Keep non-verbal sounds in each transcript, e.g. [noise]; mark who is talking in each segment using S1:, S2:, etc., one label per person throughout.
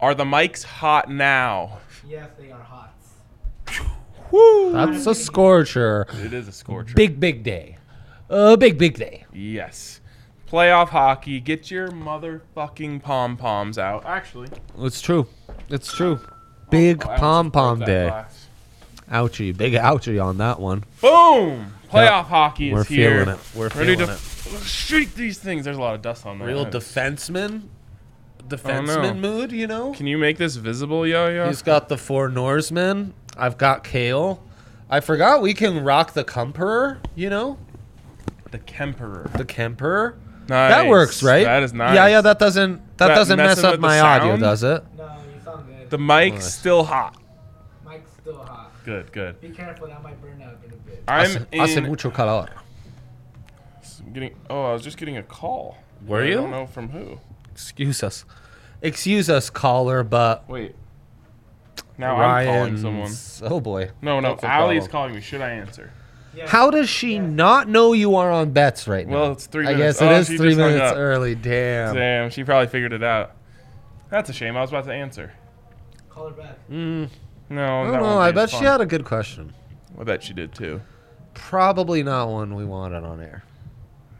S1: Are the mics hot now?
S2: Yes, they are hot.
S3: That's a scorcher.
S1: It is a scorcher.
S3: Big, big day. Uh, big, big day.
S1: Yes. Playoff hockey. Get your motherfucking pom poms out. Actually,
S3: It's true. It's true. Big
S1: Oh, I almost
S3: pom pom
S1: broke that
S3: day.
S1: glass.
S3: Ouchie. Big ouchie on that one.
S1: Boom! Playoff hockey
S3: We're
S1: is here.
S3: feeling it. We're
S1: Ready
S3: feeling
S1: to shake these things. There's a lot of dust on there.
S4: Real
S1: Nice.
S4: defenseman,
S1: Oh, no.
S4: defenseman mood, you know.
S1: Can you make this visible, yo yo?
S4: He's got the four Norsemen. I've got Kale. I forgot we can rock the Kumperer, you know,
S1: the Kemperer.
S4: the Kemperer.
S1: Nice.
S4: That works, right?
S1: That is nice.
S4: Yeah, yeah. That doesn't that,
S1: That
S4: doesn't mess
S1: messing
S4: up
S1: with the
S4: my audio,
S1: sound?
S4: does it?
S2: No, you sound good.
S1: The mic's still hot.
S2: Mike's still hot.
S1: Good, good.
S2: Be careful, that might burn out in a bit.
S1: I'm
S4: Hace-
S1: in.
S4: hace mucho calor.
S1: getting. Oh, I was just getting a call.
S4: Were
S1: I
S4: you?
S1: don't know from who.
S4: Excuse us, excuse us, caller, but
S1: Wait. Now I'm calling
S4: Ryan's.
S1: someone.
S4: Oh boy.
S1: No, no.
S4: That's a
S1: Allie's
S4: problem.
S1: calling me. Should I answer?
S2: Yeah,
S4: How does she not know you are on bets right now?
S1: Well, it's three
S4: I
S1: minutes.
S4: guess it
S1: Oh,
S4: is
S1: she
S4: three
S1: just hung
S4: minutes
S1: up.
S4: early. Damn.
S1: Damn, she probably figured it out. That's a shame. I was about to answer.
S2: call her back.
S4: Mm.
S1: No,
S4: I
S1: that
S4: don't
S1: won't
S4: know.
S1: be
S4: I
S1: as
S4: bet
S1: fun.
S4: she had a good question.
S1: I bet she did too.
S4: Probably not one we wanted on air.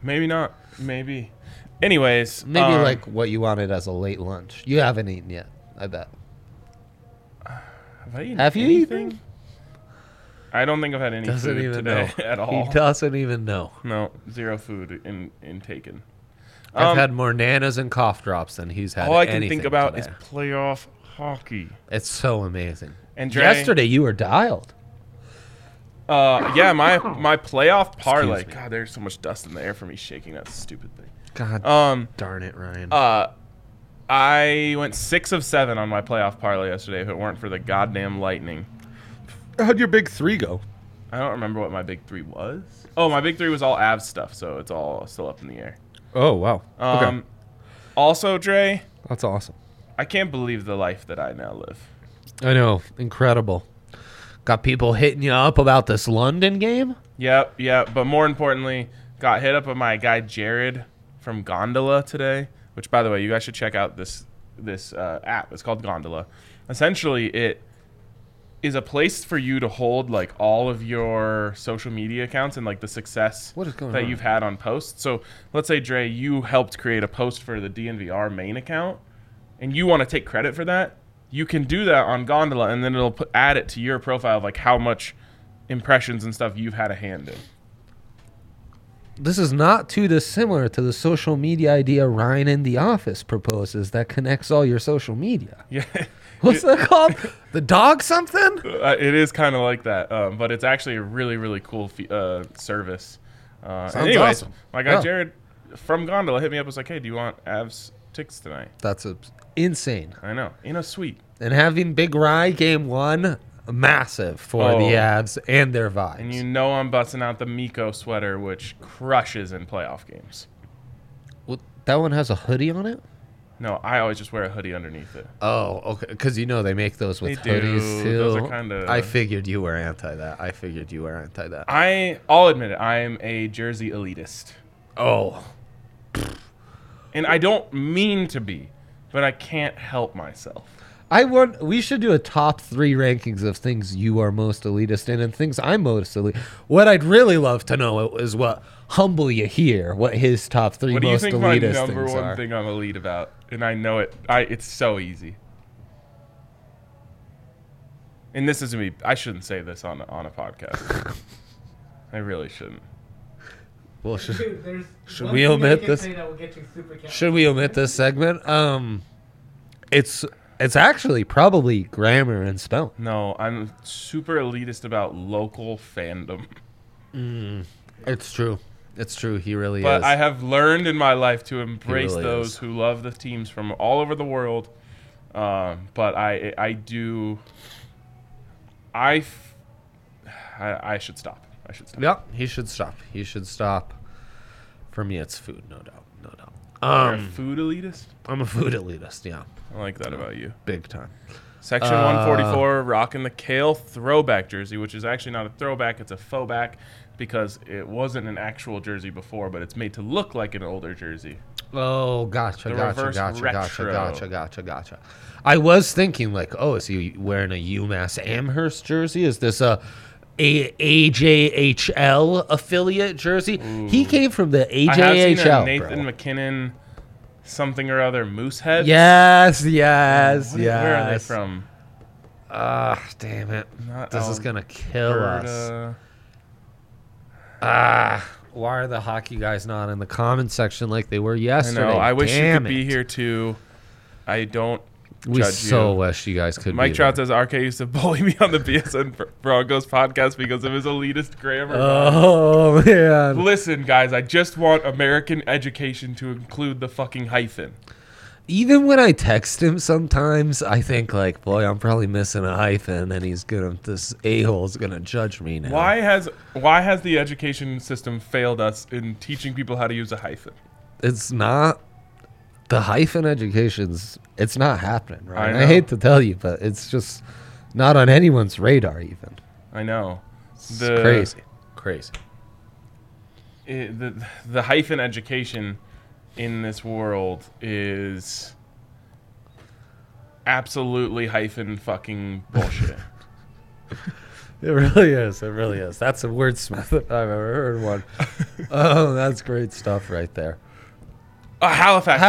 S1: Maybe not. Maybe. Anyways,
S4: Maybe
S1: um,
S4: like what you wanted as a late lunch. You haven't eaten yet, I bet.
S1: have, I eaten
S4: Have you
S1: anything?
S4: eaten?
S1: I don't think I've had any
S4: Doesn't
S1: food
S4: even
S1: today [laughs]
S4: know.
S1: at all.
S4: He doesn't even know.
S1: no, zero food in intaken. Um,
S4: I've had more nanas and cough drops than he's had.
S1: all I can think
S4: anything
S1: about
S4: today.
S1: is playoff hockey.
S4: it's so amazing.
S1: And Dre,
S4: Yesterday you were dialed.
S1: uh, yeah, my my playoff parlay.
S4: me.
S1: God, there's so much dust in the air for me shaking that stupid thing.
S4: God
S1: Um,
S4: darn it, Ryan.
S1: Uh, I went six of seven on my playoff parlay yesterday. If it weren't for the goddamn lightning,
S4: How'd your big three go?
S1: I don't remember what my big three was. Oh, my big three was all Avs stuff, so it's all still up in the air.
S4: Oh wow.
S1: Um, Also, Dre,
S4: That's awesome.
S1: I can't believe the life that I now live.
S4: I know. Incredible. Got people hitting you up about this London game?
S1: Yep, yep. But more importantly, got hit up by my guy Jared from Gondola today. Which, by the way, you guys should check out this this uh, app. It's called Gondola. Essentially, it is a place for you to hold like all of your social media accounts and like the success
S4: What is going
S1: that
S4: on?
S1: you've had on posts. So let's say Dre, you helped create a post for the DNVR main account, and you want to take credit for that. You can do that on Gondola, and then it'll put, add it to your profile of like how much impressions and stuff you've had a hand in.
S4: This is not too dissimilar to the social media idea Ryan in the office proposes that connects all your social media.
S1: Yeah,
S4: What's that called? The dog something?
S1: [laughs] Uh, it is kind of like that, um, but it's actually a really, really cool fe- uh, service. Uh,
S4: Sounds
S1: anyways,
S4: awesome.
S1: my guy
S4: Yeah.
S1: Jared from Gondola hit me up. Was like, "Hey, do you want Avs ticks tonight?"
S4: That's a, insane.
S1: I know, in a suite.
S4: And having Big Rye game one, massive for
S1: Oh.
S4: the ads and their vibes.
S1: And you know I'm busting out the Miko sweater, which crushes in playoff games.
S4: Well, that one has a hoodie on it.
S1: No, I always just wear a hoodie underneath it.
S4: Oh, okay. Because you know they make those with
S1: They do.
S4: hoodies too.
S1: Those are kinda-
S4: I figured you were anti that. I figured you were anti that.
S1: I, I'll admit it, I am a jersey elitist.
S4: oh,
S1: And I don't mean to be, but I can't help myself.
S4: I want. We should do a top three rankings of things you are most elitist in and things I'm most elitist. What I'd really love to know is what humble you hear. What his top three
S1: What do you
S4: most
S1: think my
S4: elitist
S1: number
S4: things
S1: one
S4: are.
S1: thing I'm elite about? And I know it. I it's so easy. And this isn't me. I shouldn't say this on on a
S4: [laughs]
S1: podcast. I really shouldn't.
S4: Well, should,
S2: Dude, there's
S4: Should
S2: one
S4: we
S2: thing I
S4: omit
S2: can
S4: this?
S2: say that will get you super cash.
S4: should we omit this segment? Um, it's it's actually probably grammar and spelling.
S1: No, I'm super elitist about local fandom.
S4: It's true. It's true. He really
S1: But
S4: is.
S1: I have learned in my life to embrace
S4: really
S1: those
S4: is.
S1: who love the teams from all over the world. Um, but I I do. I, f- [sighs] I I should stop. I should stop.
S4: Yep, he should stop. He should stop. For me, it's food, no doubt, no doubt.
S1: You're a
S4: Um,
S1: food elitist.
S4: I'm a food elitist, yeah,
S1: I like that about you.
S4: big time.
S1: Section
S4: Uh,
S1: 144, rocking the kale throwback jersey, which is actually not a throwback, it's a faux back because it wasn't an actual jersey before, but it's made to look like an older jersey.
S4: Oh, gotcha,
S1: The
S4: gotcha,
S1: reverse
S4: gotcha, gotcha,
S1: retro.
S4: gotcha, gotcha, gotcha. I was thinking like, oh, is he wearing a UMass Amherst jersey? Is this a a AJHL affiliate jersey? He came from the
S1: I have seen a
S4: AJHL.
S1: Nathan
S4: bro.
S1: McKinnon something or other Moosehead.
S4: Yes, yes,
S1: What-
S4: yes.
S1: Where are they from?
S4: Ah, damn it!
S1: Not
S4: This is gonna kill us.
S1: Alberta.
S4: Ah, why are the hockey guys not in the comment section like they were
S1: I
S4: yesterday?
S1: know. I wish you
S4: Damn
S1: could be
S4: it.
S1: here too. I don't
S4: We
S1: judge
S4: so
S1: you.
S4: wish you guys could.
S1: Mike
S4: be there.
S1: Trout says RK used to bully me on the BSN Bro- Broncos podcast because of his elitist grammar.
S4: Oh man.
S1: Listen, guys, I just want American education to include the fucking hyphen.
S4: Even when I text him, sometimes I think like, boy, I'm probably missing a hyphen, and he's gonna this a hole's gonna judge me now.
S1: Why has why has the education system failed us in teaching people how to use a hyphen?
S4: It's not the hyphen education's. It's not happening, right?
S1: I
S4: I hate
S1: know.
S4: to tell you, but it's just not on anyone's radar. Even
S1: I know.
S4: it's crazy, crazy.
S1: it- eh, the the hyphen education in this world is absolutely hyphen fucking
S4: [laughs]
S1: bullshit.
S4: It really is. It really is. That's a wordsmith if I've ever heard
S1: [laughs]
S4: one. oh, that's great stuff right there.
S1: uh, Halifax.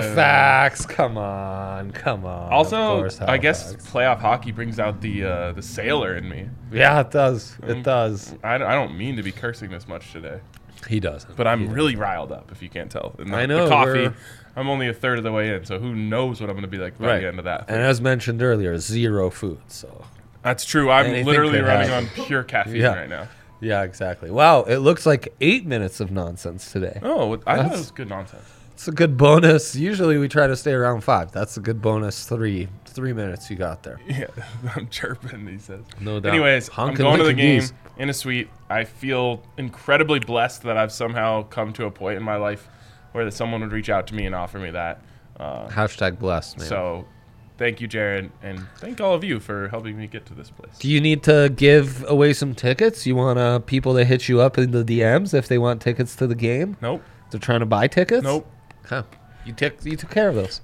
S4: Halifax, come on, come on. Of
S1: Also,
S4: course,
S1: I guess
S4: Halifax.
S1: playoff hockey brings out the uh, the sailor in me.
S4: Yeah, it does.
S1: Mm.
S4: It does.
S1: I, I don't mean to be cursing this much today.
S4: He doesn't.
S1: But I'm really riled up, if you can't tell. And the,
S4: I
S1: the
S4: know,
S1: coffee,
S4: we're-
S1: I'm only a third of the way in, so who knows what I'm going to be like by
S4: Right.
S1: the end of that.
S4: And as mentioned earlier, zero food. So
S1: That's true. I'm
S4: anything
S1: literally
S4: could
S1: running
S4: happen.
S1: on pure caffeine
S4: Yeah.
S1: right now.
S4: yeah, exactly. Wow, it looks like eight minutes of nonsense today.
S1: Oh, I thought it
S4: That's-
S1: was good nonsense.
S4: [laughs] It's a good bonus. Usually we try to stay around five. That's a good bonus. Three, three minutes you got there.
S1: Yeah, [laughs] I'm chirping, he says.
S4: No doubt.
S1: Anyways, I'm
S4: Honkin'
S1: going to the
S4: Lincoln
S1: game
S4: Geese.
S1: in a suite. I feel incredibly blessed that I've somehow come to a point in my life where that someone would reach out to me and offer me that. Uh,
S4: Hashtag blessed, man.
S1: so thank you, Jared, and thank all of you for helping me get to this place.
S4: Do you need to give away some tickets? You want uh, people to hit you up in the DMs if they want tickets to the game?
S1: nope.
S4: They're trying to buy tickets?
S1: Nope.
S4: Huh. You, took you took care of those.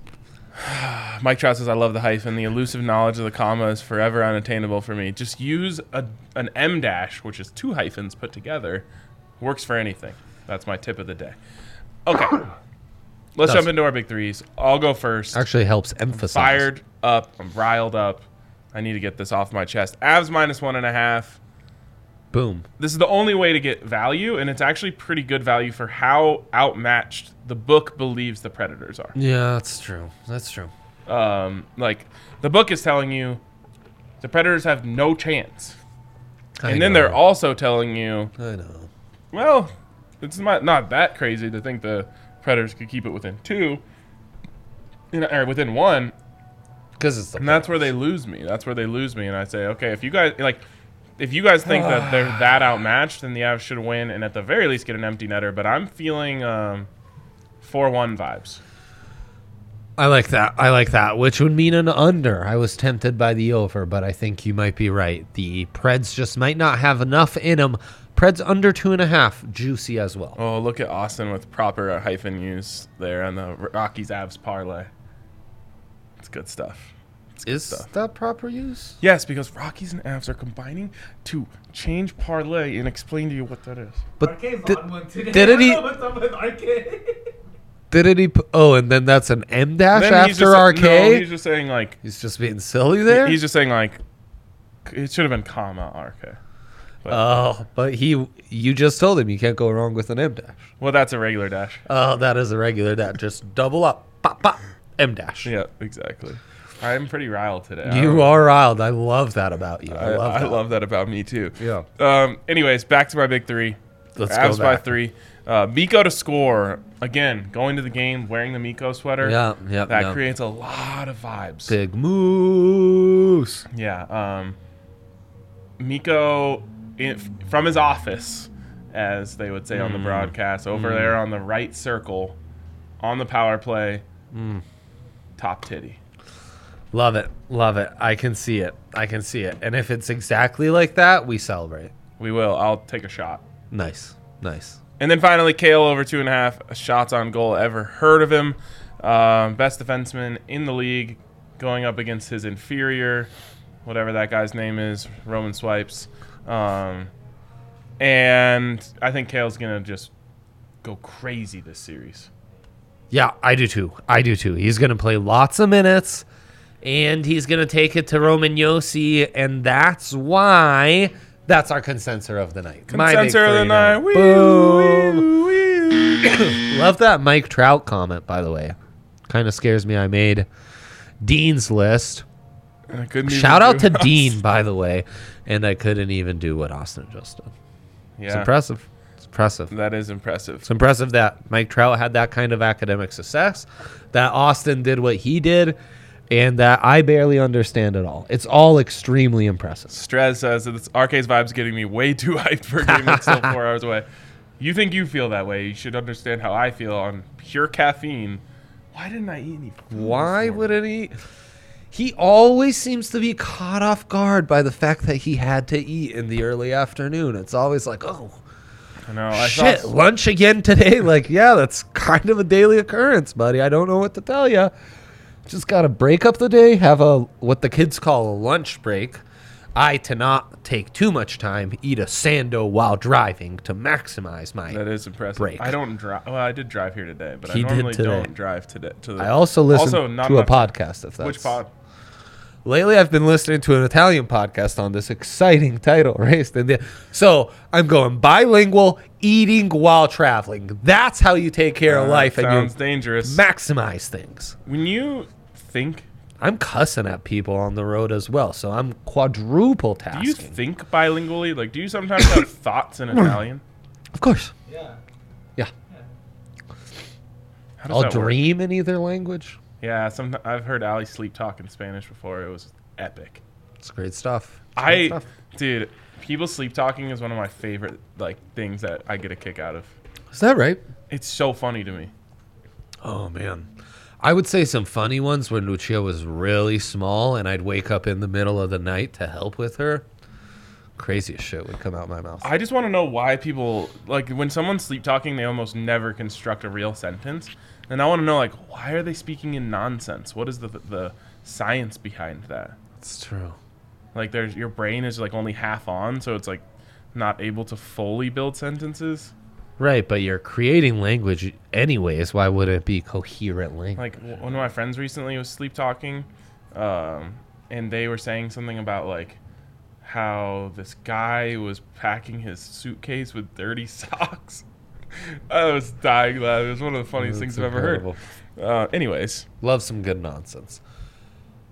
S1: Mike Trout says, I love the hyphen. The elusive knowledge of the comma is forever unattainable for me. Just use a, an M dash, which is two hyphens put together. Works for anything. That's my tip of the day. Okay. Let's
S4: Does.
S1: jump into our big threes. I'll go first.
S4: Actually helps emphasize.
S1: Fired up. I'm riled up. I need to get this off my chest. Avs minus one and a half.
S4: Boom.
S1: This is the only way to get value, and it's actually pretty good value for how outmatched the book believes the Predators are.
S4: Yeah, that's true. That's true.
S1: um, like the book is telling you the predators have no chance
S4: I
S1: and then
S4: know.
S1: they're also telling you
S4: I know.
S1: well it's not, not that crazy to think the predators could keep it within two you know, or within one
S4: because it's the
S1: And that's where they lose me. That's where they lose me. And I say, okay, if you guys like, if you guys think that
S4: [sighs]
S1: they're that outmatched, then the Avs should win and at the very least get an empty netter. But I'm feeling um, four-one vibes.
S4: I like that. I like that, which would mean an under. I was tempted by the over, but I think you might be right. The Preds just might not have enough in them. Preds under two and a half, juicy as well.
S1: Oh, look at Austin with proper uh, hyphen use there on the Rockies Avs parlay. It's good stuff.
S4: Is that proper use?
S1: Yes, because Rockies and Avs are combining to change parlay and explain to you what that is.
S4: But
S2: RK's
S4: did,
S2: on one today.
S4: did it
S2: [laughs] I don't
S4: eat-
S2: know What's up with RK?
S4: didn't he? p- Oh, and then that's an M dash
S1: Then he's
S4: after
S1: just-
S4: RK.
S1: no,
S4: he's,
S1: he's just saying like
S4: just being silly there.
S1: he's just saying like it should have been comma RK.
S4: oh, but he, you just told him you can't go wrong with an M dash.
S1: Well, that's a regular dash.
S4: Oh, that is a regular dash. Just double up, pop, pop, M dash.
S1: Yeah, exactly. I'm pretty riled today. I don't-
S4: You are riled. I love that about you. I,
S1: I,
S4: love
S1: I
S4: that.
S1: love that about me too.
S4: Yeah.
S1: Um. Anyways, back to my big three.
S4: Let's go
S1: Avs by
S4: back.
S1: three. Uh, Miko to score again. Going to the game wearing the Miko sweater.
S4: Yeah, yeah,
S1: That
S4: yeah.
S1: creates a lot of vibes.
S4: Big moose.
S1: Yeah. Um, Miko in, from his office, as they would say on
S4: Mm.
S1: the broadcast, over there on the right circle, on the power play,
S4: Mm.
S1: top titty.
S4: Love it. Love it. I can see it. I can see it. And if it's exactly like that, we celebrate.
S1: We will. I'll take a shot.
S4: Nice. Nice.
S1: And then finally, Kale over two and a half shots on goal. Ever heard of him? Um, best defenseman in the league, going up against his inferior, whatever that guy's name is, Roman Swipes. Um, and I think Kale's gonna just go crazy this series.
S4: Yeah, I do too. I do too. He's going to play lots of minutes and he's going to take it to Roman Yossi. And that's why that's our consensor of the night. My big
S1: Sensor of the
S4: three
S1: night.
S4: now.
S1: Wee,
S4: Boom.
S1: wee, wee.
S4: Love that Mike Trout comment, by the way. Kind of scares me. I made Dean's list.
S1: I couldn't even
S4: Shout
S1: [laughs]
S4: out
S1: do
S4: to
S1: it.
S4: Dean, by the way. And I couldn't even do what Austin just did. It's
S1: Yeah,
S4: impressive. It's impressive.
S1: that is impressive.
S4: It's impressive that Mike Trout had that kind of academic success, that Austin did what he did, and that I barely understand at all. It's all extremely impressive.
S1: Strez says that uh, this RK's vibe's getting me way too [laughs] hyped for a game that's still
S4: [laughs]
S1: four hours away. You think you feel that way? You should understand how I feel on pure caffeine. Why didn't I eat any? food
S4: Why
S1: this morning?
S4: would any? He always seems to be caught off guard by the fact that he had to eat in the early afternoon. It's always like, oh,
S1: I know. I
S4: shit,
S1: thought
S4: lunch again today. [laughs] Like, yeah, that's kind of a daily occurrence, buddy. I don't know what to tell you. Just gotta break up the day, have a what the kids call a lunch break. I to not take too much time, eat a sando while driving to maximize my.
S1: that is impressive.
S4: Break.
S1: I don't drive. Well, I did drive here today, but
S4: He
S1: I
S4: did
S1: normally
S4: today.
S1: don't drive today. To the,
S4: I also listen
S1: Also, not
S4: to a
S1: enough-
S4: podcast. If that's
S1: which pod?
S4: Lately, I've been listening to an Italian podcast on this exciting title, [laughs] Race in the So I'm going bilingual, eating while traveling. That's how you take care of
S1: Uh,
S4: life and
S1: sounds
S4: you
S1: dangerous.
S4: maximize things.
S1: when you think,
S4: I'm cussing at people on the road as well, so I'm quadruple
S1: do you
S4: tasking.
S1: think bilingually? Like, do you sometimes
S4: [coughs]
S1: have thoughts in Italian?
S4: of course,
S2: [laughs] Yeah.
S4: yeah.
S1: How does
S4: I'll
S1: that work?
S4: dream in either language.
S1: Yeah, some I've heard Ali sleep talk in Spanish before. It was epic.
S4: It's great stuff. It's great
S1: I,
S4: stuff.
S1: dude, people sleep talking is one of my favorite like things that I get a kick out of.
S4: is that right?
S1: It's so funny to me.
S4: Oh man. I would say some funny ones when Lucia was really small and I'd wake up in the middle of the night to help with her. Craziest shit would come out my mouth.
S1: I just want to know why people like when someone's sleep talking, they almost never construct a real sentence. And I want to know like why are they speaking in nonsense? What is the the science behind that?
S4: That's true.
S1: Like there's your brain is like only half on, so it's like not able to fully build sentences.
S4: Right, but you're creating language anyways. Why would it be coherent language?
S1: like w- one of my friends recently was sleep talking um, and they were saying something about like how this guy was packing his suitcase with dirty [laughs] socks i was dying laughing it was one of the funniest things i've ever heard uh, anyways
S4: Love some good nonsense.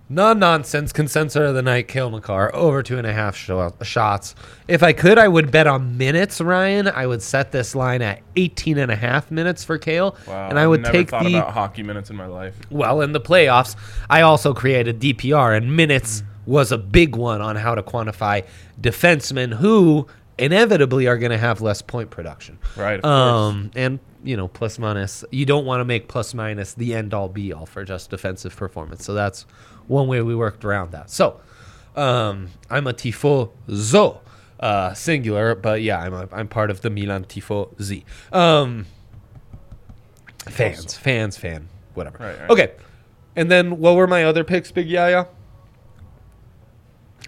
S4: Non nonsense consensor of the night, kill Makar, over two and a half sho- shots. If I could, I would bet on minutes, Ryan. I would set this line at 18 and a half minutes for Kale.
S1: Wow,
S4: and I would
S1: never
S4: take
S1: thought
S4: the
S1: about hockey minutes in my life.
S4: well, in the playoffs, I also created DPR, and
S1: Mm.
S4: minutes was a big one on how to quantify defensemen who inevitably are going to have less point production.
S1: Right, of
S4: Um, and you know, plus minus. You don't want to make plus minus the end all be all for just defensive performance. So that's one way we worked around that. So, um, I'm a tifozo, uh, singular, but yeah, I'm a, I'm part of the Milan tifozi. Um, fans, fans, fan, whatever.
S1: Right, right.
S4: Okay, and then what were my other picks, Big Yaya?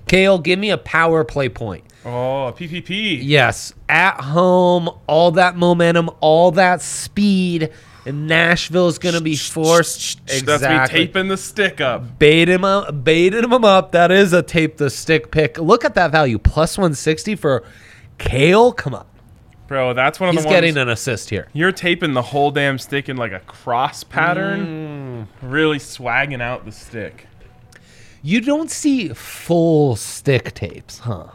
S4: Kale, give me a power play point.
S1: Oh, PPP.
S4: Yes, at home, all that momentum, all that speed, and Nashville's going to be forced.
S1: That's me taping the stick up.
S4: Bait him up, baited him up. That is a tape the stick pick. Look at that value, plus one sixty for Kale. Come on,
S1: Bro, that's one of
S4: he's
S1: the ones.
S4: getting an assist here.
S1: You're taping the whole damn stick in like a cross pattern, really swagging out the stick.
S4: You don't see full stick tapes, huh?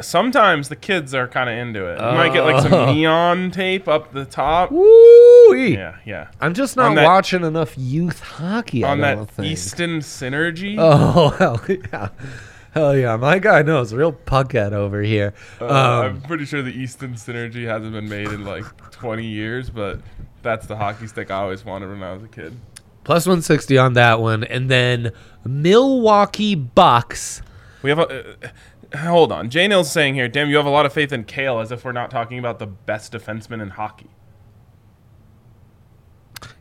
S1: Sometimes the kids are kind of into it. You might get like
S4: Oh. [laughs]
S1: some neon tape up the top.
S4: Woo!
S1: Yeah, yeah.
S4: I'm just not
S1: On that-
S4: watching enough youth hockey.
S1: On
S4: I
S1: that
S4: don't think.
S1: Easton synergy.
S4: [laughs] Oh hell yeah, hell yeah! My guy knows real puckhead over here.
S1: Uh,
S4: um,
S1: I'm pretty sure the Easton Synergy hasn't been made in like 20 years, but that's the hockey stick I always wanted when I was a kid.
S4: plus 160 on that one and then milwaukee bucks
S1: We have a. Uh, hold on. Jay Nill's saying here, damn, you have a lot of faith in Kale as if we're not talking about the best defenseman in hockey.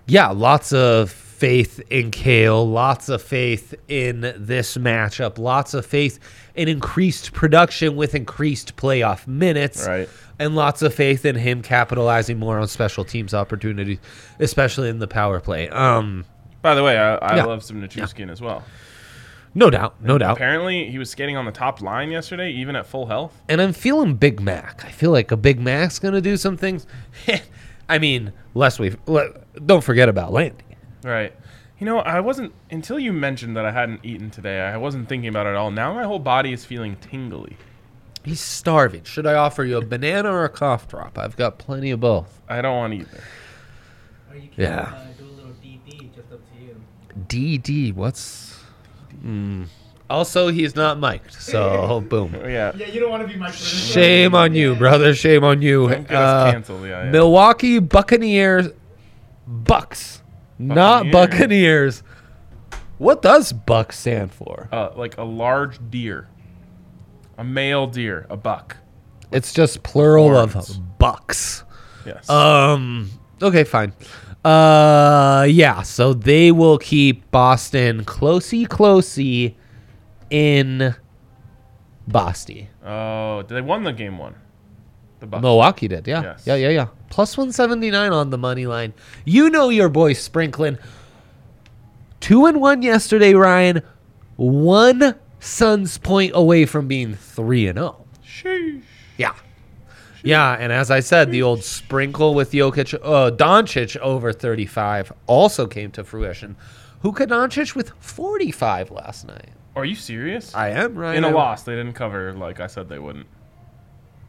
S4: yeah lots of faith in kale lots of faith in this matchup lots of faith in increased production with increased playoff minutes
S1: Right.
S4: and lots of faith in him capitalizing more on special teams opportunities especially in the power play um
S1: By the way, I, I
S4: Yeah.
S1: love some Nichushkin as well.
S4: no doubt no doubt
S1: Apparently, he was skating on the top line yesterday, even at full health.
S4: and I'm feeling Big Mac. I feel like a Big Mac's gonna do some things. [laughs] I mean, lest we le- don't forget about Landy.
S1: Right. You know, I wasn't until you mentioned that I hadn't eaten today. I wasn't thinking about it at all. Now my whole body is feeling tingly.
S4: He's starving. Should I offer you a banana or a cough drop? I've got plenty of both.
S1: I don't want to either.
S2: Or you can
S4: Yeah.
S2: uh, do a little DD, just up to you.
S4: DD, what's? Mm. Also, he's not mic'd, [laughs] so boom.
S1: Oh, yeah.
S2: Yeah, you don't want to be my friend.
S4: Shame on you, brother. Shame on you.
S1: Don't get us
S4: Uh,
S1: canceled. Yeah, yeah.
S4: Milwaukee Buccaneers, Bucks, not Buccaneers. What does Buck stand for?
S1: uh, like a large deer, a male deer, a buck.
S4: It's just plural
S1: Horns.
S4: of bucks.
S1: Yes.
S4: Um. Okay, fine. Uh. Yeah. So they will keep Boston closey, closey, in Boston.
S1: oh, they won the game one. The buck.
S4: Milwaukee did. Yeah.
S1: Yes.
S4: Yeah. Yeah. Yeah. Plus one seventy nine on the money line. You know your boy Sprinklin. Two and one yesterday, Ryan. One Suns point away from being three and zero.
S1: Sheesh.
S4: Yeah. Yeah, and as I said, the old sprinkle with Jokic, uh, Doncic over 35 also came to fruition. Who could Doncic with 45 last night?
S1: Are you serious?
S4: I am right
S1: In a loss, they didn't cover like I said they wouldn't.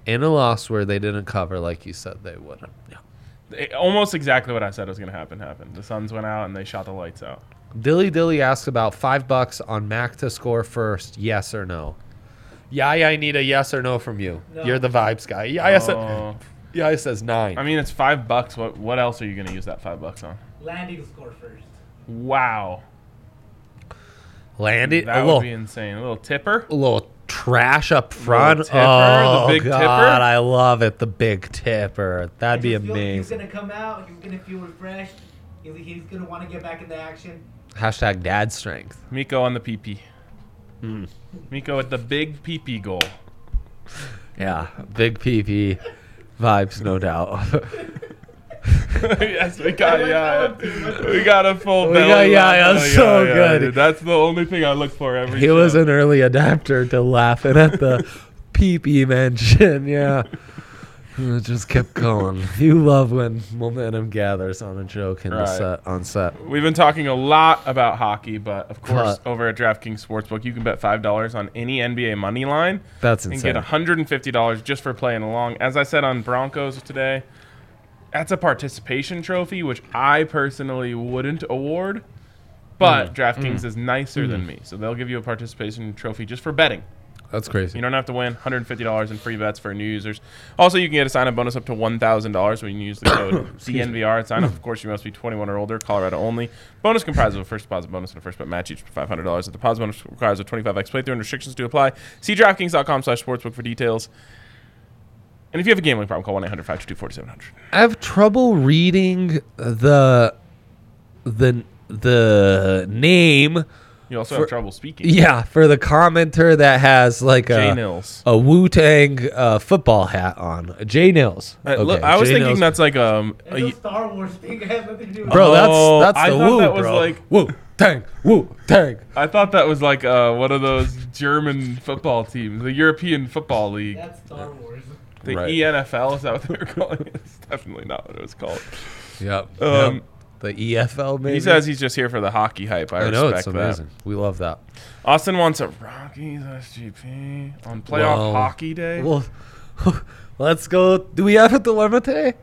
S4: In a loss where they didn't cover like you said they would. Yeah.
S1: It- almost exactly what I said was going to happen happened. The Suns went out and they shot the lights out.
S4: Dilly Dilly asked about five bucks on Mac to score first. Yes or no? Yeah, yeah, I need a yes or no from you.
S2: No.
S4: You're the vibes guy. Yeah, yeah, sa-
S1: Oh.
S4: yeah, I says nine.
S1: I mean, it's five bucks. What what else are you going to use that five bucks on?
S2: Landy to score first.
S1: Wow,
S4: Land it
S1: that
S4: a
S1: would
S4: little,
S1: be insane. A little tipper.
S4: a little trash up front.
S1: tipper,
S4: oh
S1: the big
S4: God,
S1: tipper.
S4: I love it. The big tipper. That'd
S2: I
S4: be
S2: just feel He's
S4: amazing.
S2: gonna come out. He's gonna feel refreshed. He's, he's gonna want to get back in the action.
S4: Hashtag dad strength.
S1: Miko on the PP. Miko with the big PP
S4: [laughs]
S1: goal.
S4: Yeah, big PP vibes, no doubt. [laughs]
S1: yes, we got yeah, we got a full
S4: We
S1: belly.
S4: got- yeah,
S1: laugh.
S4: yeah,
S1: Oh,
S4: so good.
S1: dude. That's the only thing I look for every.
S4: he was
S1: show.
S4: an
S1: [laughs]
S4: early adapter to laughing at the PP mention. Yeah. It just kept going. you love when momentum gathers on a joke in the
S1: Right.
S4: set on set.
S1: We've been talking a lot about hockey, but of course,
S4: Cut.
S1: over at DraftKings Sportsbook, you can bet $5 on any NBA money line
S4: That's
S1: and
S4: insane.
S1: get $150 just for playing along. As I said on Broncos today, that's a participation trophy, which I personally wouldn't award,
S4: Mm.
S1: but DraftKings is nicer than me. So they'll give you a participation trophy just for betting.
S4: That's crazy.
S1: You don't have to win. $150 in free bets for new users. Also, you can get a sign up bonus up to $1,000 when you use the
S4: [coughs]
S1: code DNVR at sign up. Of course, you must be 21 or older, Colorado only. Bonus comprises of a first deposit bonus and a first bet match, each $500. The deposit bonus requires a 25x playthrough and restrictions to apply. See DraftKings.com slash sportsbook for details. And if you have a gambling problem, call 1 800 522 4700.
S4: I have trouble reading the the the name.
S1: You also
S4: For-
S1: have trouble speaking.
S4: Yeah, for the commenter that has like
S1: Jay
S4: a
S1: Nils. Uh,
S4: a Wu Tang uh, football hat on. J Nils.
S1: Uh, look, I was thinking that's like um,
S2: That's
S1: a,
S2: a Star Wars thing. It has nothing to do with
S4: bro.
S1: Oh,
S4: that's that's
S1: I
S4: the
S1: thought
S4: Wu,
S1: that was
S4: bro.
S1: like-
S4: Wu Tang, Wu Tang.
S1: I thought that was like uh, one of those German football teams, the European Football League.
S2: That's Star Wars.
S1: The E
S4: Right.
S1: ENFL is that what they were [laughs] calling it? It's definitely not what it was called.
S4: Yep.
S1: Um,
S4: yep. The E EFL maybe.
S1: He says he's just here for the hockey hype. I,
S4: I
S1: respect
S4: know it's
S1: that.
S4: amazing. We love that.
S1: Austin wants a Rockies SGP on playoff
S4: Wow.
S1: hockey day.
S4: Well, [laughs] let's go. Do we have a dilemma today?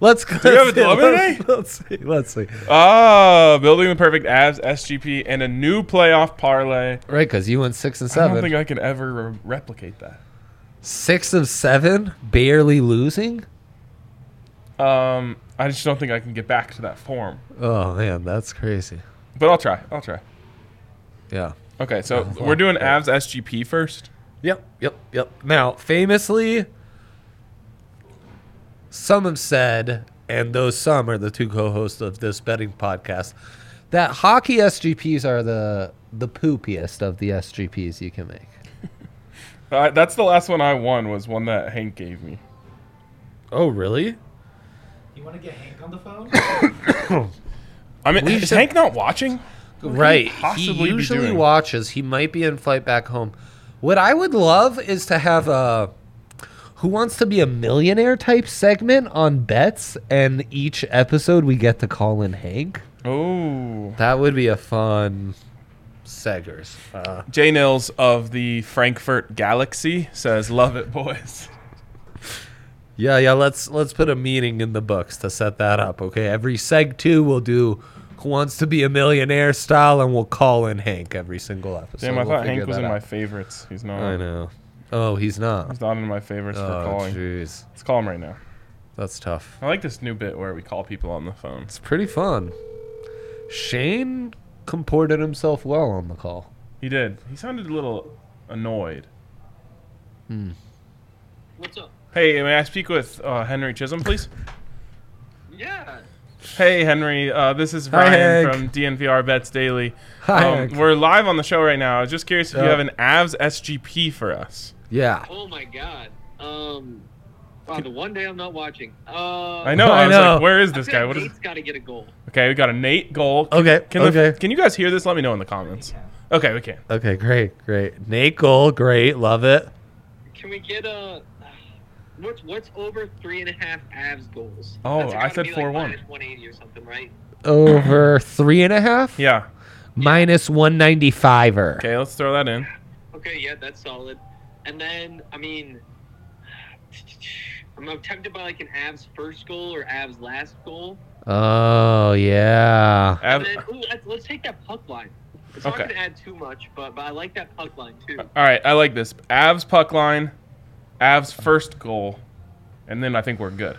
S4: Let's go. Do
S1: we have a dilemma
S4: [laughs]
S1: today?
S4: Let's see. Let's see.
S1: Ah, building the perfect abs SGP and a new playoff parlay.
S4: Right, because you went six and
S1: I don't
S4: seven.
S1: think I can ever re- replicate that.
S4: six of seven, barely losing.
S1: Um, I just don't think I can get back to that form.
S4: Oh man, that's crazy.
S1: But I'll try. I'll try.
S4: Yeah.
S1: Okay,
S4: [laughs]
S1: so we're doing Avs SGP first.
S4: Yep. Yep. Yep. Now, famously, some have said, and those some are the two co-hosts of this betting podcast, that hockey SGPs are the the poopiest of the SGPs you can make.
S1: Uh, that's the last one I won. Was one that Hank gave me.
S4: Oh, really?
S2: You want to get Hank on the
S4: [laughs]
S2: phone?
S1: I mean, is
S4: should-
S1: Hank not watching?
S4: Right.
S1: possibly
S4: He
S1: be
S4: usually
S1: doing?
S4: watches. He might be in flight back home. What I would love is to have a who wants to be a millionaire type segment on bets and each episode we get to call in Hank.
S1: Oh.
S4: That would be a fun Seggers. Uh,
S1: Jay Nils of the Frankfurt Galaxy says, "Love it, [laughs] boys."
S4: yeah, yeah, let's let's put a meeting in the books to set that up, okay? Every seg 2 we'll do who wants to be a millionaire style and we'll call in Hank every single episode.
S1: Damn, I
S4: We'll
S1: thought
S4: figure
S1: Hank was
S4: that
S1: in my
S4: out.
S1: favorites. He's not.
S4: I know. Oh, he's not.
S1: He's not in my favorites for
S4: Oh,
S1: calling.
S4: jeez.
S1: Let's call him right now.
S4: That's tough.
S1: I like this new bit where we call people on the phone.
S4: It's pretty fun. Shane comported himself well on the call.
S1: He did. He sounded a little annoyed.
S5: What's up?
S1: Hey, may I speak with uh, Henry Chisholm,
S4: [laughs]
S1: please?
S5: Yeah.
S1: Hey, Henry. Uh, this is
S4: Hi,
S1: Ryan
S4: Hank.
S1: from DNVR Bets Daily.
S4: Hi,
S1: Um,
S4: Hank.
S1: we're live on the show right now. I was just curious if you
S4: Yeah.
S1: have an Avs SGP for us.
S4: Yeah.
S5: Oh my God. Um. Wow. The one day I'm not watching.
S4: [laughs]
S5: Uh,
S1: I know.
S4: I
S1: I, was
S4: know.
S1: like, where is
S5: I
S1: this
S5: feel
S1: guy?
S4: [laughs]
S5: like
S1: What is?
S5: Nate's got to get a goal.
S1: Okay, we got a Nate goal. Can-
S4: Okay,
S1: Can, the-
S4: okay.
S1: can you guys hear this? Let me know in the comments. Okay, we can.
S4: Okay, great, great. Nate Goal, great, love it.
S5: Can we get a? What's what's over three and a half Avs goals?
S1: Oh,
S5: That's
S1: I
S5: gotta
S1: said
S5: be like
S1: 4-1.
S5: minus 180 or something, right?
S4: Over three and a half?
S1: Yeah.
S4: Minus one ninety five er.
S1: Okay, let's throw that in.
S5: Okay. Yeah, that's solid. And then I mean, I'm tempted by like an Avs first goal or Avs last goal.
S4: Oh yeah.
S5: And
S1: Av-
S5: then, ooh, let's, let's take that puck line. It's not
S1: Okay. Uh,
S5: going to add too much, but but I like that puck line too.
S1: all right, I like this. Avs puck line, Avs first goal, and then I think we're good.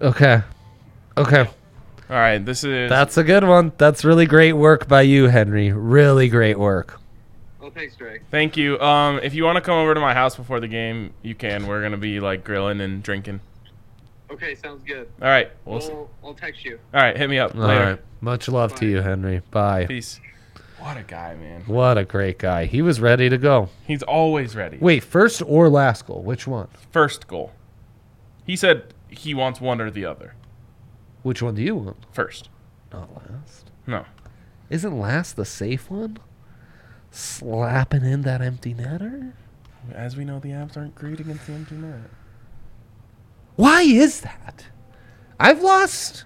S4: Okay. Okay.
S1: All right, this is
S4: That's a good one. That's really great work by you, Henry. Really great work.
S5: Oh, thanks, Drake.
S1: Thank you. Um, if you want to come over to my house before the game, you can. We're gonna be like grilling and drinking.
S5: Okay, sounds good.
S1: All right, we'll. s-
S5: We'll, I'll text you.
S1: All right, hit me up
S4: All
S1: later.
S4: right. Much love to
S5: Bye.
S4: you, Henry. Bye.
S1: Peace. What a guy, man.
S4: What a great guy. He was ready to go.
S1: He's always ready.
S4: Wait, first or last goal? Which one?
S1: First goal. He said he wants one or the other.
S4: Which one do you want?
S1: First.
S4: Not last.
S1: No.
S4: Isn't last the safe one? Slapping in that empty netter?
S1: As we know, the Avs aren't great against the empty net.
S4: Why is that? I've lost,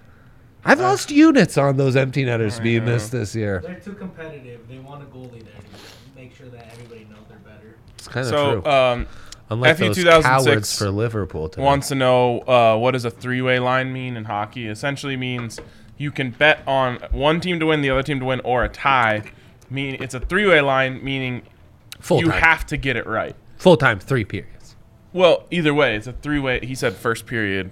S4: I've lost units on those empty netters being missed this year.
S2: They're too competitive. They want a goalie there to make sure that everybody knows they're better.
S4: It's kind of
S1: So,
S4: true.
S1: um,
S4: Unlike
S1: FU
S4: those
S1: 2006
S4: cowards for Liverpool today.
S1: wants to know uh, what does a three-way line mean in hockey? Essentially means you can bet on one team to win, the other team to win, or a tie. Mean it's a three-way line, meaning
S3: Full
S1: you
S3: time.
S1: have to get it right.
S3: Full time, three periods.
S1: Well, either way, it's a three-way. He said first period.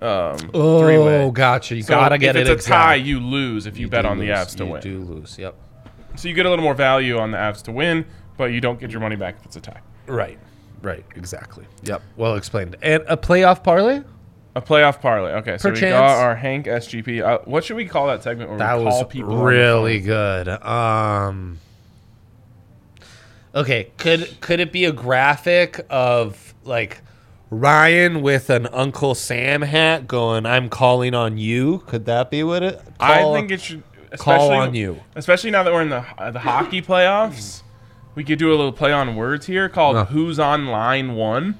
S1: Um,
S3: Oh,
S1: three-way.
S3: gotcha. You
S1: So
S3: gotta get
S1: if it's
S3: it
S1: a tie,
S3: exact.
S1: you lose if you,
S3: You
S1: bet
S3: do
S1: on the
S3: lose.
S1: Avs to
S3: you
S1: win.
S3: do lose. Yep.
S1: So you get a little more value on the Avs to win, but you don't get your money back if it's a tie.
S4: right, right, exactly.
S3: Yep.
S4: Well explained. And a playoff parlay.
S1: A playoff parlay. Okay, so we got
S3: Perchance.
S1: our Hank SGP. Uh, what should we call that segment? Where
S4: That
S1: we call
S4: was
S1: people on the
S4: really good. Um,
S3: Okay, could could it be a graphic of like Ryan with an Uncle Sam hat going, "I'm calling on you"? Could that be what it?
S1: I
S3: call-
S1: think it should.
S3: call
S1: especially-
S3: on you.
S1: Especially now that we're in the uh, the hockey playoffs, we could do a little play on words here called "Who's on Line One."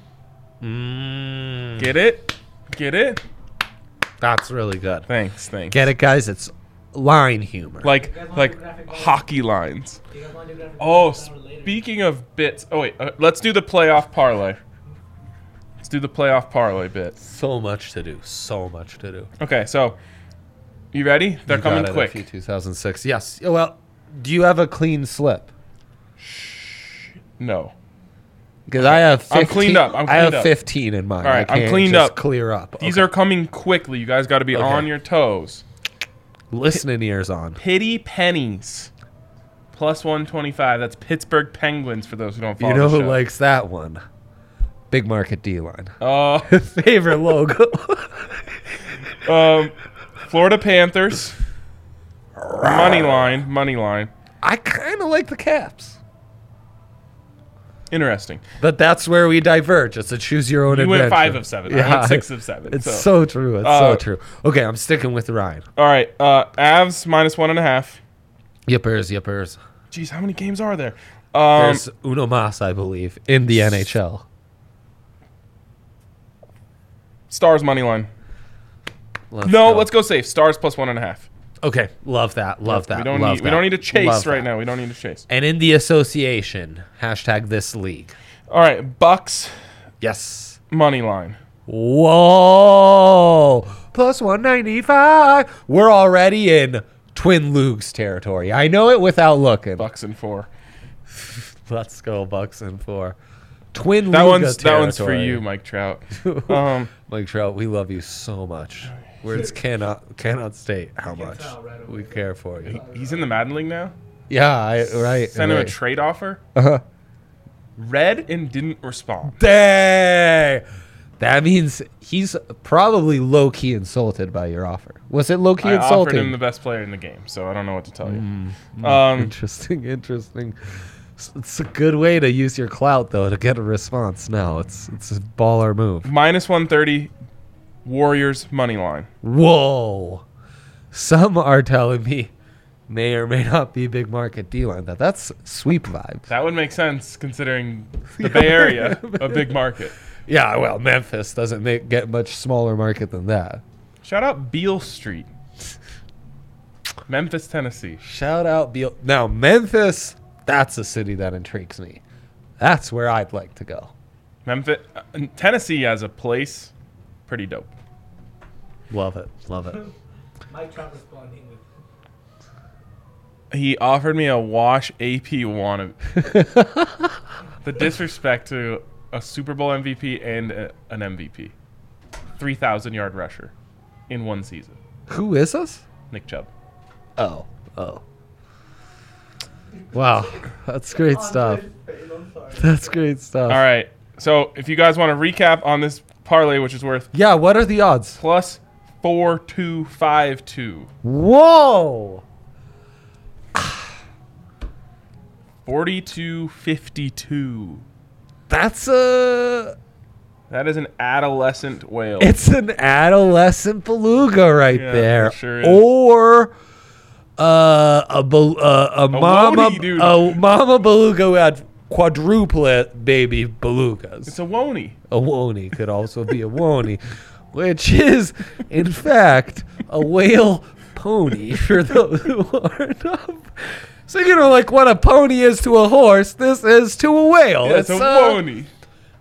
S3: Mm,
S1: Get it? Get it?
S4: Hmm, that's really good.
S1: Thanks, thanks.
S4: Get it, guys? It's line humor.
S1: like
S2: guys want
S1: like
S2: the graphic novel?
S1: hockey lines.
S2: Do you guys want to do graphic
S1: Oh,
S2: novels now or later?
S1: speaking of bits. Oh wait, uh, let's do the playoff parlay. Let's do the playoff parlay bit.
S3: so much to do. So much to do.
S1: Okay, so you ready? They're coming
S4: Got it,
S1: quick.
S4: FU 2006. Yes. Well, do you have a clean slip?
S1: No.
S4: Because I have. 15,
S1: I'm cleaned up, I'm
S4: I have
S1: cleaned up.
S4: 15 in mine.
S1: All right,
S4: I
S1: I'm
S4: can't
S1: cleaned
S4: just
S1: up.
S4: Clear up.
S1: These are coming quickly. You guys got to be on your toes.
S4: listening ears on.
S1: Pity pennies. Plus 125. That's Pittsburgh Penguins for those who don't follow
S4: You know
S1: the
S4: who
S1: show.
S4: likes that one? Big Market D line.
S1: Uh,
S4: [laughs] Favorite logo.
S1: um, Florida Panthers. money line. Money line.
S4: I kind of like the Caps,
S1: Interesting.
S4: but that's where we diverge. It's a choose your own
S1: You
S4: adventure.
S1: went five of seven. I
S4: Yeah.
S1: went six of seven.
S4: It's
S1: so.
S4: so, true. It's
S1: Uh,
S4: so true. Okay, I'm sticking with Ryan.
S1: All right. Uh, Avs minus one and a half.
S4: Yippers, yippers.
S1: Jeez, how many games are there? Um,
S4: There's Uno Mas, I believe, in the NHL.
S1: stars money line.
S4: Let's
S1: No, let's go safe. Stars plus one and a half.
S4: Okay, love that. Love that.
S1: We don't
S4: love
S1: need.
S4: that,
S1: We don't need to chase
S4: love
S1: right
S4: that.
S1: now. We don't need to chase.
S4: And in the association, hashtag this league.
S1: All right. Bucks
S4: Yes.
S1: money line.
S4: Whoa! Plus 195. We're already in Twin Lugs territory. I know it without looking.
S1: Bucks and four.
S4: Let's go, Bucks and four. Twin
S1: That
S4: Luga
S1: one's that one's for
S4: territory.
S1: you, Mike
S4: [laughs]
S1: Trout. Um,
S4: Mike Trout, we love you so much. Words cannot cannot state how much
S2: tell right away.
S4: we care for you.
S1: he's in the Madden League now.
S4: Yeah, I, right.
S1: Sent him a
S4: right.
S1: trade offer.
S4: Uh-huh.
S1: Read and didn't respond.
S4: Dang. That means he's probably low key insulted by your offer. Was it low key
S1: I offered
S4: insulting?
S1: him the best player in the game, so I don't know what to tell you.
S4: Mm-hmm.
S1: Um,
S4: interesting, [laughs] interesting. S- It's a good way to use your clout though to get a response. Now it's it's a baller move.
S1: minus one thirty, Warriors money line.
S4: Whoa! Some are telling me may or may not be big market D line. That that's sweep vibes.
S1: That would make sense considering the
S4: [laughs]
S1: Bay Area, a big market.
S4: Yeah, well, Memphis doesn't make, get much smaller market than that.
S1: Shout out Beale Street, Memphis, Tennessee.
S4: Shout out Beal. Now Memphis, that's a city that intrigues me. That's where I'd like to go.
S1: Memphis, uh, Tennessee as a place, pretty dope.
S4: Love it, love it.
S2: Mike Trout responding with
S1: He offered me a wash AP wannabe. [laughs] the disrespect to a Super Bowl MVP and a, an MVP, three thousand yard rusher, in one season.
S4: Who is us?
S1: Nick Chubb.
S4: Oh, oh. Wow, that's great stuff.
S2: I'm sorry.
S4: That's great stuff.
S1: All right. So if you guys want to recap on this parlay, which is worth
S4: Yeah, what are the odds?
S1: plus four two five two.
S4: Whoa!
S1: 4252.
S4: That's a.
S1: That is an adolescent whale.
S4: It's an adolescent beluga right
S1: Yeah,
S4: there.
S1: it sure is.
S4: Or. Uh, a bel- uh, a mama
S1: woody, dude.
S4: a mama beluga had quadruplet baby belugas.
S1: It's a wony.
S4: A wony could also be a wony. which is, in fact, a whale pony [laughs] for those who are not. So you know, like what a pony is to a horse, this is to a whale.
S1: That's a
S4: uh,
S1: pony.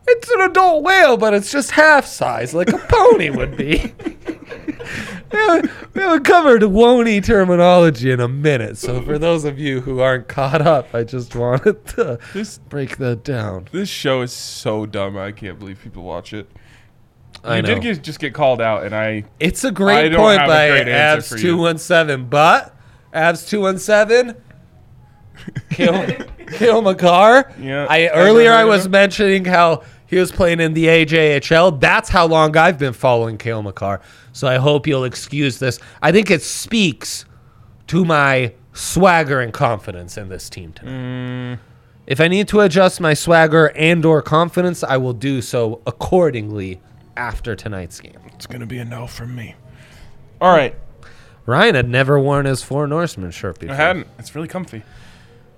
S4: it's an adult whale, but it's just half size, like a pony would be. [laughs] we, haven't, we haven't covered wony terminology in a minute, so for those of you who aren't caught up, I just wanted to
S1: This
S4: break that down.
S1: this show is so dumb. I can't believe people watch it.
S4: I
S1: you
S4: know.
S1: did get, just get called out, and I
S4: It's a great
S1: I don't
S4: point
S1: have a
S4: by
S1: great answer for
S4: Abs
S1: you.
S4: two one seven, but Abs two one seven kill kill Makar.
S1: Yeah,
S4: I
S1: ever
S4: earlier
S1: heard
S4: I
S1: of
S4: was
S1: him?
S4: mentioning how he was playing in the AJHL. That's how long I've been following Kale Makar. So I hope you'll excuse this. I think it speaks to my swagger and confidence in this team tonight.
S1: Mm.
S4: If I need to adjust my swagger and or confidence, I will do so accordingly after tonight's game.
S1: it's gonna be a no from me. All right,
S4: Ryan had never worn his Four Norsemen shirt before.
S1: I hadn't. It's really comfy.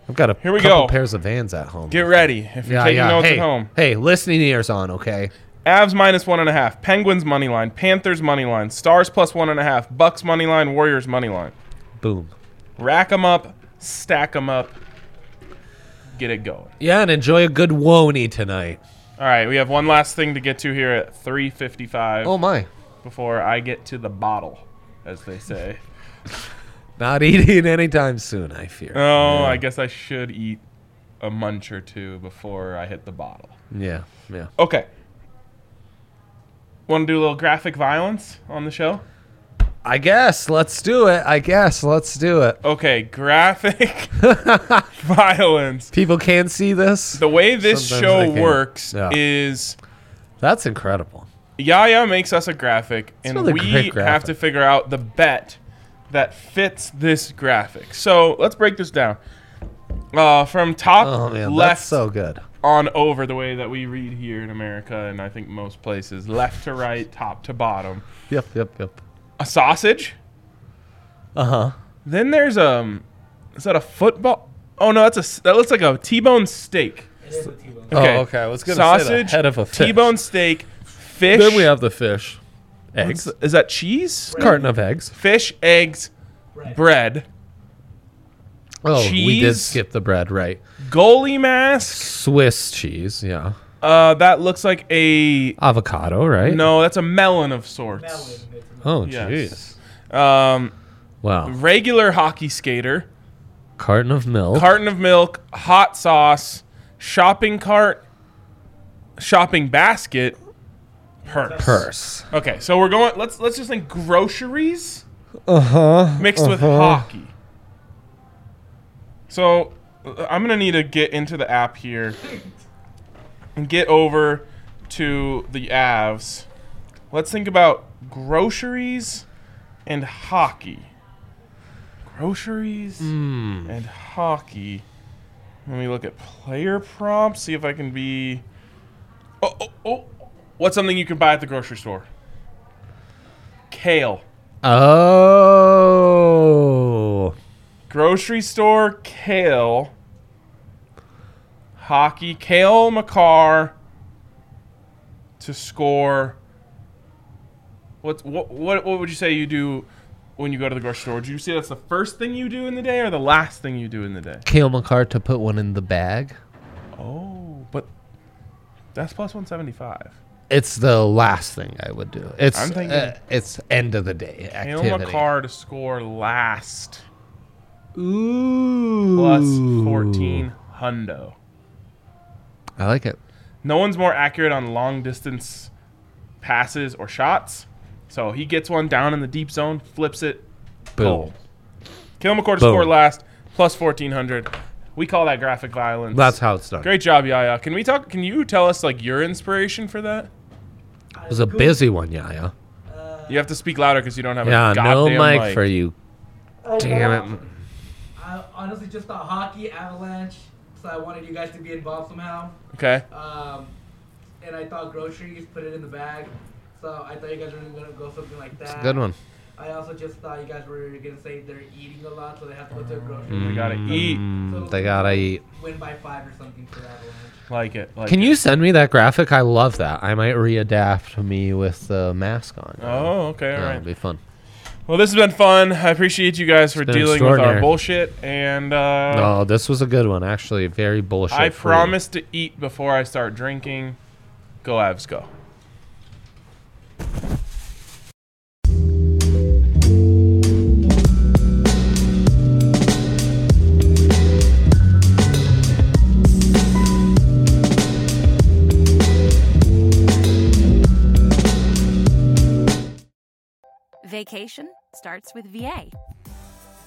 S4: I've got a
S1: Here we
S4: couple
S1: go.
S4: pairs of Vans at home.
S1: Get ready if you're taking notes
S4: hey,
S1: at home.
S4: Hey, listening ears on, okay?
S1: Avs minus one and a half. Penguins money line. Panthers money line. Stars plus one and a half. Bucks money line. Warriors money line.
S4: Boom.
S1: Rack them up. Stack them up. Get it going.
S4: Yeah, and enjoy a good wony tonight.
S1: All right, we have one last thing to get to here at 3:55
S4: Oh my.
S1: before I get to the bottle, as they
S4: [laughs]
S1: say.
S4: Not [laughs] eating anytime soon, I fear.
S1: Oh, I guess I should eat a munch or two before I hit the bottle.
S4: yeah, yeah.
S1: Okay. Want to do a little graphic violence on the show?
S4: I guess. Let's do it. I guess. Let's do it.
S1: Okay,
S4: [laughs]
S1: graphic violence.
S4: People can see this.
S1: The way this
S4: Sometimes they
S1: show
S4: can't.
S1: works
S4: Yeah.
S1: is
S4: That's incredible.
S1: Yaya makes us a graphic, and
S4: another
S1: we
S4: great
S1: have
S4: graphic.
S1: to figure out the bet that fits this graphic. So let's break this down. Uh, from top
S4: Oh man,
S1: left
S4: that's so good.
S1: on over, the way that we read here in America, and I think most places, left to right, top to bottom.
S4: Yep, yep, yep.
S1: A sausage.
S4: Uh huh.
S1: Then there's um, is that a football? Oh no, that's a s- that looks like a T-bone steak.
S2: It is a T-bone.
S1: Okay.
S3: Oh, okay. I was gonna
S1: Sausage,
S3: say the head of a fish.
S1: T-bone steak, fish.
S3: Then we have the fish,
S1: What's
S3: eggs,
S1: the- is that cheese?
S4: Carton of eggs.
S1: Fish, eggs,
S2: Bread.
S1: bread,
S4: Oh, we did
S1: Cheese.
S4: skip the bread, right?
S1: goalie mask.
S4: Swiss cheese, yeah.
S1: Uh, that looks like a
S4: Avocado, right?
S1: no. That's a melon of
S2: Melon.
S1: sorts.
S2: It's a
S4: Oh,
S1: Yes.
S4: jeez.
S1: Um,
S4: Wow.
S1: regular hockey skater,
S4: Carton of milk.
S1: carton of milk, hot sauce, shopping cart, shopping basket, purse.
S4: purse.
S1: Okay, so we're going. Let's let's just think groceries
S4: Uh huh.
S1: [laughs] mixed with hockey. So uh, I'm gonna need to get into the app here and get over to the Avs. Let's think about groceries and hockey. Groceries and hockey. Let me look at player prompts. See if I can be. Oh, oh, oh. what's something you can buy at the grocery store? Kale.
S4: Oh.
S1: Grocery store kale. Hockey kale McCarr to score. What what what what would you say you do when you go to the grocery store? Would you say that's the first thing you do in the day or the last thing you do in the day?
S4: Kale McCart to put one in the bag.
S1: Oh, but that's plus one seventy five.
S4: It's the last thing I would do. It's
S1: I'm thinking-
S4: uh, it's end of the day
S1: Kale
S4: activity.
S1: McCarr to score last
S4: Ooh.
S1: plus fourteen hundo.
S4: I like it.
S1: No one's more accurate on long distance passes or shots. So he gets one down in the deep zone, flips it,
S4: Boom.
S1: goal. Kill McCord to
S4: Boom.
S1: score last, plus 1400. We call that graphic violence.
S4: That's how it's done.
S1: Great job, Yaya. Can we talk? Can you tell us like your inspiration for that?
S4: It was a busy one, Yaya.
S1: You have to speak louder because you don't have
S4: Yeah,
S1: a
S4: no
S1: goddamn
S4: mic, for you.
S2: Oh,
S4: Damn it.
S2: I honestly just thought hockey avalanche, so I wanted you guys to be involved somehow.
S1: Okay.
S2: Um, and I thought groceries, put it in the bag. So I thought you guys were gonna go something like that.
S4: It's a good one.
S2: I also just thought you guys were gonna say they're eating a lot, so they have to go to a grocery.
S1: They gotta eat
S2: So
S4: Mm. They gotta eat.
S2: Win by five or something for Avalanche.
S1: like it. Like
S4: Can
S1: it.
S4: you send me that graphic? I love that. I might readapt me with the mask on.
S1: Oh, okay, all
S4: That'll
S1: right.
S4: be fun.
S1: Well, this has been fun. I appreciate you guys for
S4: been
S1: dealing with our
S4: extraordinary.
S1: bullshit, and uh,
S4: No, Oh, this was a good one, actually. Very bullshit.
S1: I
S4: free.
S1: promise to eat before I start drinking. Go Avs, go.
S6: Vacation starts with VA.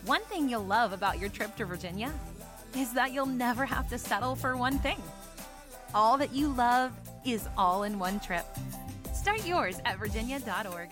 S6: One thing you'll love about your trip to Virginia is that you'll never have to settle for one thing. All that you love is all in one trip. Start yours at virginia.org.